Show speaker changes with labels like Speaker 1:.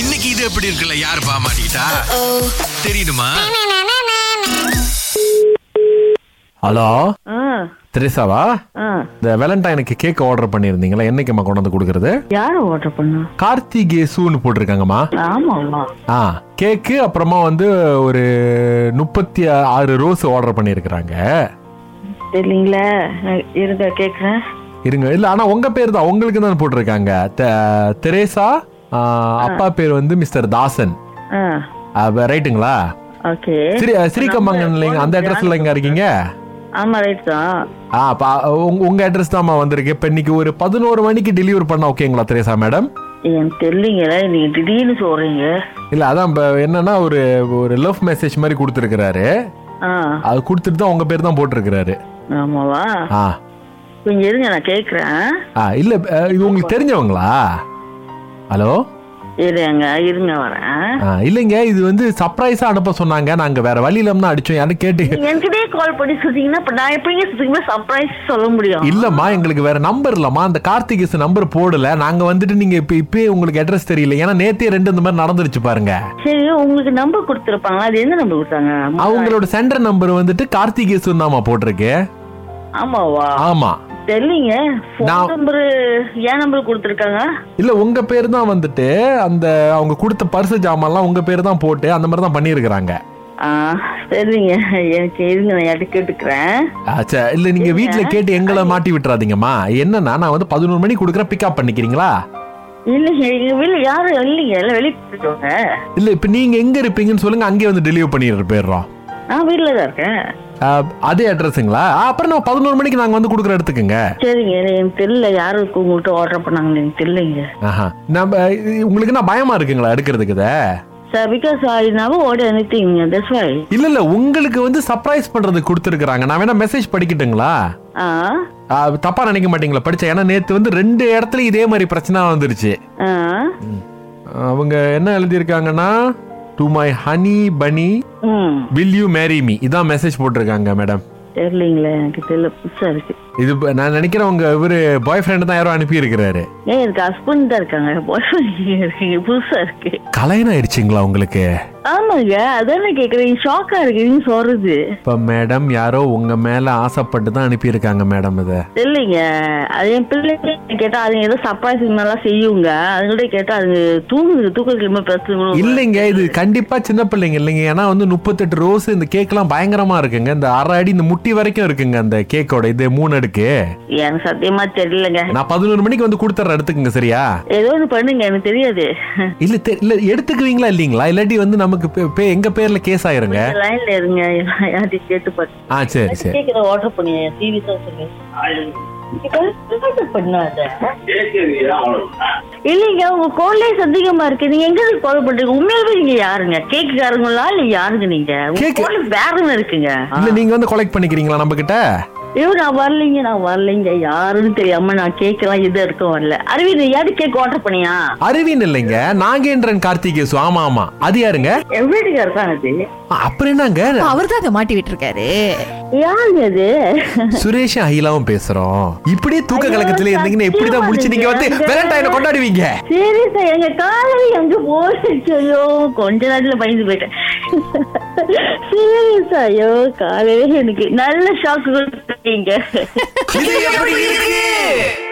Speaker 1: இன்னைக்கு இது எப்படி இருக்குல்ல யார் பாமாட்டா தெரியுமா
Speaker 2: ஹலோ
Speaker 3: ஆ
Speaker 2: திரிசாவா
Speaker 3: ஆ
Speaker 2: இந்த வேலண்டைனுக்கு கேக் ஆர்டர் பண்ணியிருந்தீங்களா என்னைக்குமா கொண்டு வந்து கொடுக்கறது
Speaker 3: யார் ஆர்டர் பண்ணா
Speaker 2: கார்த்திகேசுன்னு போட்டிருக்காங்கம்மா
Speaker 3: ஆமாம்மா
Speaker 2: ஆ கேக்கு அப்புறமா வந்து ஒரு முப்பத்தி ஆறு ரோஸ் ஆர்டர் பண்ணியிருக்கிறாங்க
Speaker 3: சரிங்களா நான் இருங்க கேட்குறேன்
Speaker 2: இருங்க இல்லை ஆனால் உங்கள் பேர் தான் உங்களுக்கு தான் போட்டிருக்காங்க தெ- தெரேசா ஆ, அப்பா பேர் வந்து மிஸ்டர் தாசன்
Speaker 3: ஆ
Speaker 2: அப்ப ரைட்டுங்களா
Speaker 3: ஓகே
Speaker 2: ஸ்ரீ ஸ்ரீகம்மாங்கன் இல்லைங்க அந்த அட்ரஸ்ல எங்க இருக்கீங்க
Speaker 3: ஆமா ரைட் தான்
Speaker 2: ஆ பா உங்க- உங்க அட்ரஸ் தான்மா வந்திருக்கு இப்போ இன்னைக்கு ஒரு பதினோரு மணிக்கு டெலிவர் பண்ண ஓகேங்களா தெரேசா மேடம்
Speaker 3: எனக்கு தெரியலீங்களா நீங்க திடீர்னு சொல்றீங்க
Speaker 2: இல்லை அதான் இப்போ என்னன்னா ஒரு ஒரு லவ் மெசேஜ் மாதிரி கொடுத்துருக்கிறாரு
Speaker 3: ஆ
Speaker 2: அது கொடுத்துட்டு தான் உங்க பேர் தான் போட்டிருக்கிறாரு
Speaker 3: ஆமாவா
Speaker 2: ஆ
Speaker 3: கொஞ்சம் இருங்க நான் கேட்குறேன்
Speaker 2: ஆ இல்லை இது உங்களுக்கு தெரிஞ்சவங்களா ஹலோ
Speaker 3: இருங்க இருங்க வரேன்
Speaker 2: ஆ இல்லைங்க இது வந்து சர்ப்ரைஸாக அனுப்ப சொன்னாங்க நாங்கள் வேற வழி இல்லாமல் அடித்தோம் யாரும் கேட்டு
Speaker 3: என்கிட்டயே கால் பண்ணி சொல்லிட்டீங்கன்னா இப்போ நான் எப்படிங்க சுத்தீங்கன்னா சர்ப்ரைஸ் சொல்ல முடியும்
Speaker 2: இல்லம்மா எங்களுக்கு வேற நம்பர் இல்லம்மா அந்த கார்த்திகேஸ் நம்பர் போடல நாங்க வந்துட்டு நீங்க இப்ப இப்பயே உங்களுக்கு அட்ரஸ் தெரியல ஏன்னா நேத்தே ரெண்டு இந்த மாதிரி நடந்துருச்சு பாருங்க
Speaker 3: சரி உங்களுக்கு நம்பர் கொடுத்துருப்பாங்களா அது என்ன நம்பர் கொடுத்தாங்க
Speaker 2: அவங்களோட சென்டர் நம்பர் வந்துட்டு கார்த்திகேஸ் தாம்மா போட்டிருக்கு
Speaker 3: ஆமாவா
Speaker 2: ஆமா
Speaker 3: தெரியலீங்க
Speaker 2: நான்-
Speaker 3: ஃபோன் நம்பர் ஏன் நம்பர் கொடுத்துருக்காங்க
Speaker 2: இல்ல உங்க பேர் தான் வந்துட்டு அந்த அவங்க கொடுத்த பரிசு ஜாமான்லாம் உங்க பேர் தான் போட்டு அந்த மாதிரி தான் பண்ணியிருக்கிறாங்க
Speaker 3: ஆ சரிங்க எனக்கு இருங்க நான் யார்கிட்ட கேட்டுக்கிறேன்
Speaker 2: ஆச்சா இல்ல நீங்க வீட்ல கேட்டு எங்களை மாட்டி விட்டுறாதீங்கம்மா என்னன்னா நான் வந்து பதினோரு மணி கொடுக்குறேன் பிக்கப் பண்ணிக்கிறீங்களா
Speaker 3: இல்லைங்க எங்க வீட்டில் யாரும் இல்லைங்க எல்லாம் வெளியே போயிடுவாங்க
Speaker 2: இல்ல இப்ப நீங்க எங்க இருப்பீங்கன்னு சொல்லுங்க அங்கேயே வந்து டெலிவர் பண்ணிடுற போயிடுறோம்
Speaker 3: நான் வீட்டில் தான் இருக்கேன்
Speaker 2: ஆஹ், அதே அட்ரஸுங்களா அப்புறம் நம்ம பதினோரு மணிக்கு நாங்க வந்து கொடுக்குற இடத்துக்குங்க
Speaker 3: சரிங்க எனக்கு தெரியல யாருக்கு உங்கள்கிட்ட ஆர்டர் பண்ணாங்கன்னு எனக்கு தெரியலங்க
Speaker 2: ஆஹா நம்ம இது- உங்களுக்கு என்ன பயமா இருக்குங்களா எடுக்கிறதுக்கு இத
Speaker 3: சார் பிகாஸ் ஐ நவ ஓடி எனி திங் தட்ஸ் வை
Speaker 2: இல்ல இல்ல உங்களுக்கு வந்து சர்ப்ரைஸ் பண்றதுக்கு கொடுத்துருக்காங்க நான் வேணா மெசேஜ் படிக்கட்டுங்களா
Speaker 3: ஆ
Speaker 2: ஆஹ், தப்பா நினைக்க மாட்டீங்களா படிச்சேன் ஏன்னா நேத்து வந்து ரெண்டு இடத்துல இதே மாதிரி பிரச்சனை வந்துருச்சு
Speaker 3: ஆ
Speaker 2: அவங்க என்ன எழுதியிருக்காங்கன்னா to my honey bunny
Speaker 3: hmm
Speaker 2: will you marry me இதான் மெசேஜ் போட்டிருக்காங்க மேடம்
Speaker 3: தெரியலீங்களே எனக்கு தெரியல புதுசாக இருக்கு
Speaker 2: இது ப- நான் நினைக்கிறேன் உங்க இவரு பாய் ஃப்ரெண்டு தான் யாரோ அனுப்பி இருக்கிறாரு
Speaker 3: ஏன் எனக்கு ஹஸ்பண்ட் தான் இருக்காங்க பாய் இருக்கீங்க புதுசாக இருக்கு
Speaker 2: கலையன் ஆயிடுச்சுங்களா உங்களுக்கு
Speaker 3: ஆமாங்க அதானே கேட்குறீங்க ஷாக்காக இருக்கீங்க சொல்கிறது
Speaker 2: இப்ப மேடம் யாரோ உங்க மேல ஆசைப்பட்டு தான் அனுப்பியிருக்காங்க மேடம் இத
Speaker 3: இல்லைங்க அது என் பிள்ளைங்க கேட்டா அதுங்க ஏதோ சர்ப்ரைஸ் மாதிரிலாம் செய்யுங்க அதுங்கள்ட்ட கேட்டா அது தூங்குது தூக்கத்துல பிரச்சனை
Speaker 2: இல்லைங்க இது கண்டிப்பா சின்ன பிள்ளைங்க இல்லைங்க ஏன்னா வந்து முப்பத்தெட்டு ரோஸ் இந்த கேக்லாம் பயங்கரமா இருக்குங்க இந்த அரை அடி இந்த முட்டி வரைக்கும் இருக்குங்க அந்த கேக்கோட இது மூணு அடுக்கு
Speaker 3: எனக்கு சத்தியமா தெரியலங்க
Speaker 2: நான் பதினோரு மணிக்கு வந்து கொடுத்துட்றேன் எடுத்துக்கங்க சரியா
Speaker 3: ஏதோ ஒன்று பண்ணுங்க எனக்கு தெரியாது
Speaker 2: இல்ல தெ- இல்ல எடுத்துக்குவீங்களா இல்லீங்களா இல்லாட்டி வந்து நமக்கு பே- பே- எங்க பேர்ல கேஸ் ஆயிருங்க
Speaker 3: லைன்ல இருங்க யார்ட்டையும் கேட்டு பார்த்து
Speaker 2: ஆ சரி சரி
Speaker 3: கேட்குற ஆர்டர் பண்ணி சீரியஸா சொல்லுங்க பண்ணாத இல்லைங்க உங்க கோல்லே சந்தேகமா இருக்கு நீங்க எங்க இருந்து கால் பண்றீங்க உண்மையாவே நீங்க யாருங்க கேக்குக்காரங்களா இல்ல யாருங்க நீங்க உங்க
Speaker 2: Cake-
Speaker 3: கோல் வேறன்னு இருக்குங்க
Speaker 2: இல்ல நீங்க வந்து கலெக்ட் பண்ணிக்கிறீங்களா நம்ம கிட்ட
Speaker 3: ஐயோ நான் வரலைங்க நான் வரலைங்க யாருன்னு தெரியாம நான் கேட்கலாம் இது இருக்க வரல அரவிந்த் யாரு கேக் ஆர்டர் பண்ணியா
Speaker 2: அரவின் இல்லைங்க நாகேந்திரன் கார்த்திகேசு ஆமா ஆமா அது யாருங்க
Speaker 3: என் வீட்டுக்காரர் தான் அது
Speaker 2: ஆ, அப்புறம் என்னங்க
Speaker 4: அவர் தான் மாட்டி விட்டுருக்காரு
Speaker 3: யாருங்க அது
Speaker 2: சுரேஷ் அகிலாவும் பேசுறோம் இப்படியே தூக்க
Speaker 3: ஐயோ,
Speaker 2: கலக்கத்துல இருந்தீங்கன்னு எப்படிதான் முடிச்சு நீங்க வந்து
Speaker 3: சத்தியமா
Speaker 2: வேலண்டைனை கொண்டாடுவீங்க
Speaker 3: சீரியஸா எங்க காலடி எங்க போச்சு ஐயோ கொஞ்ச நேரத்துல பயந்து போயிட்டேன் சீரியஸா ஐயோ காலையில எனக்கு நல்ல ஷாக்கு கொடுத்துருக்கீங்க
Speaker 2: இது எப்படி இருக்கு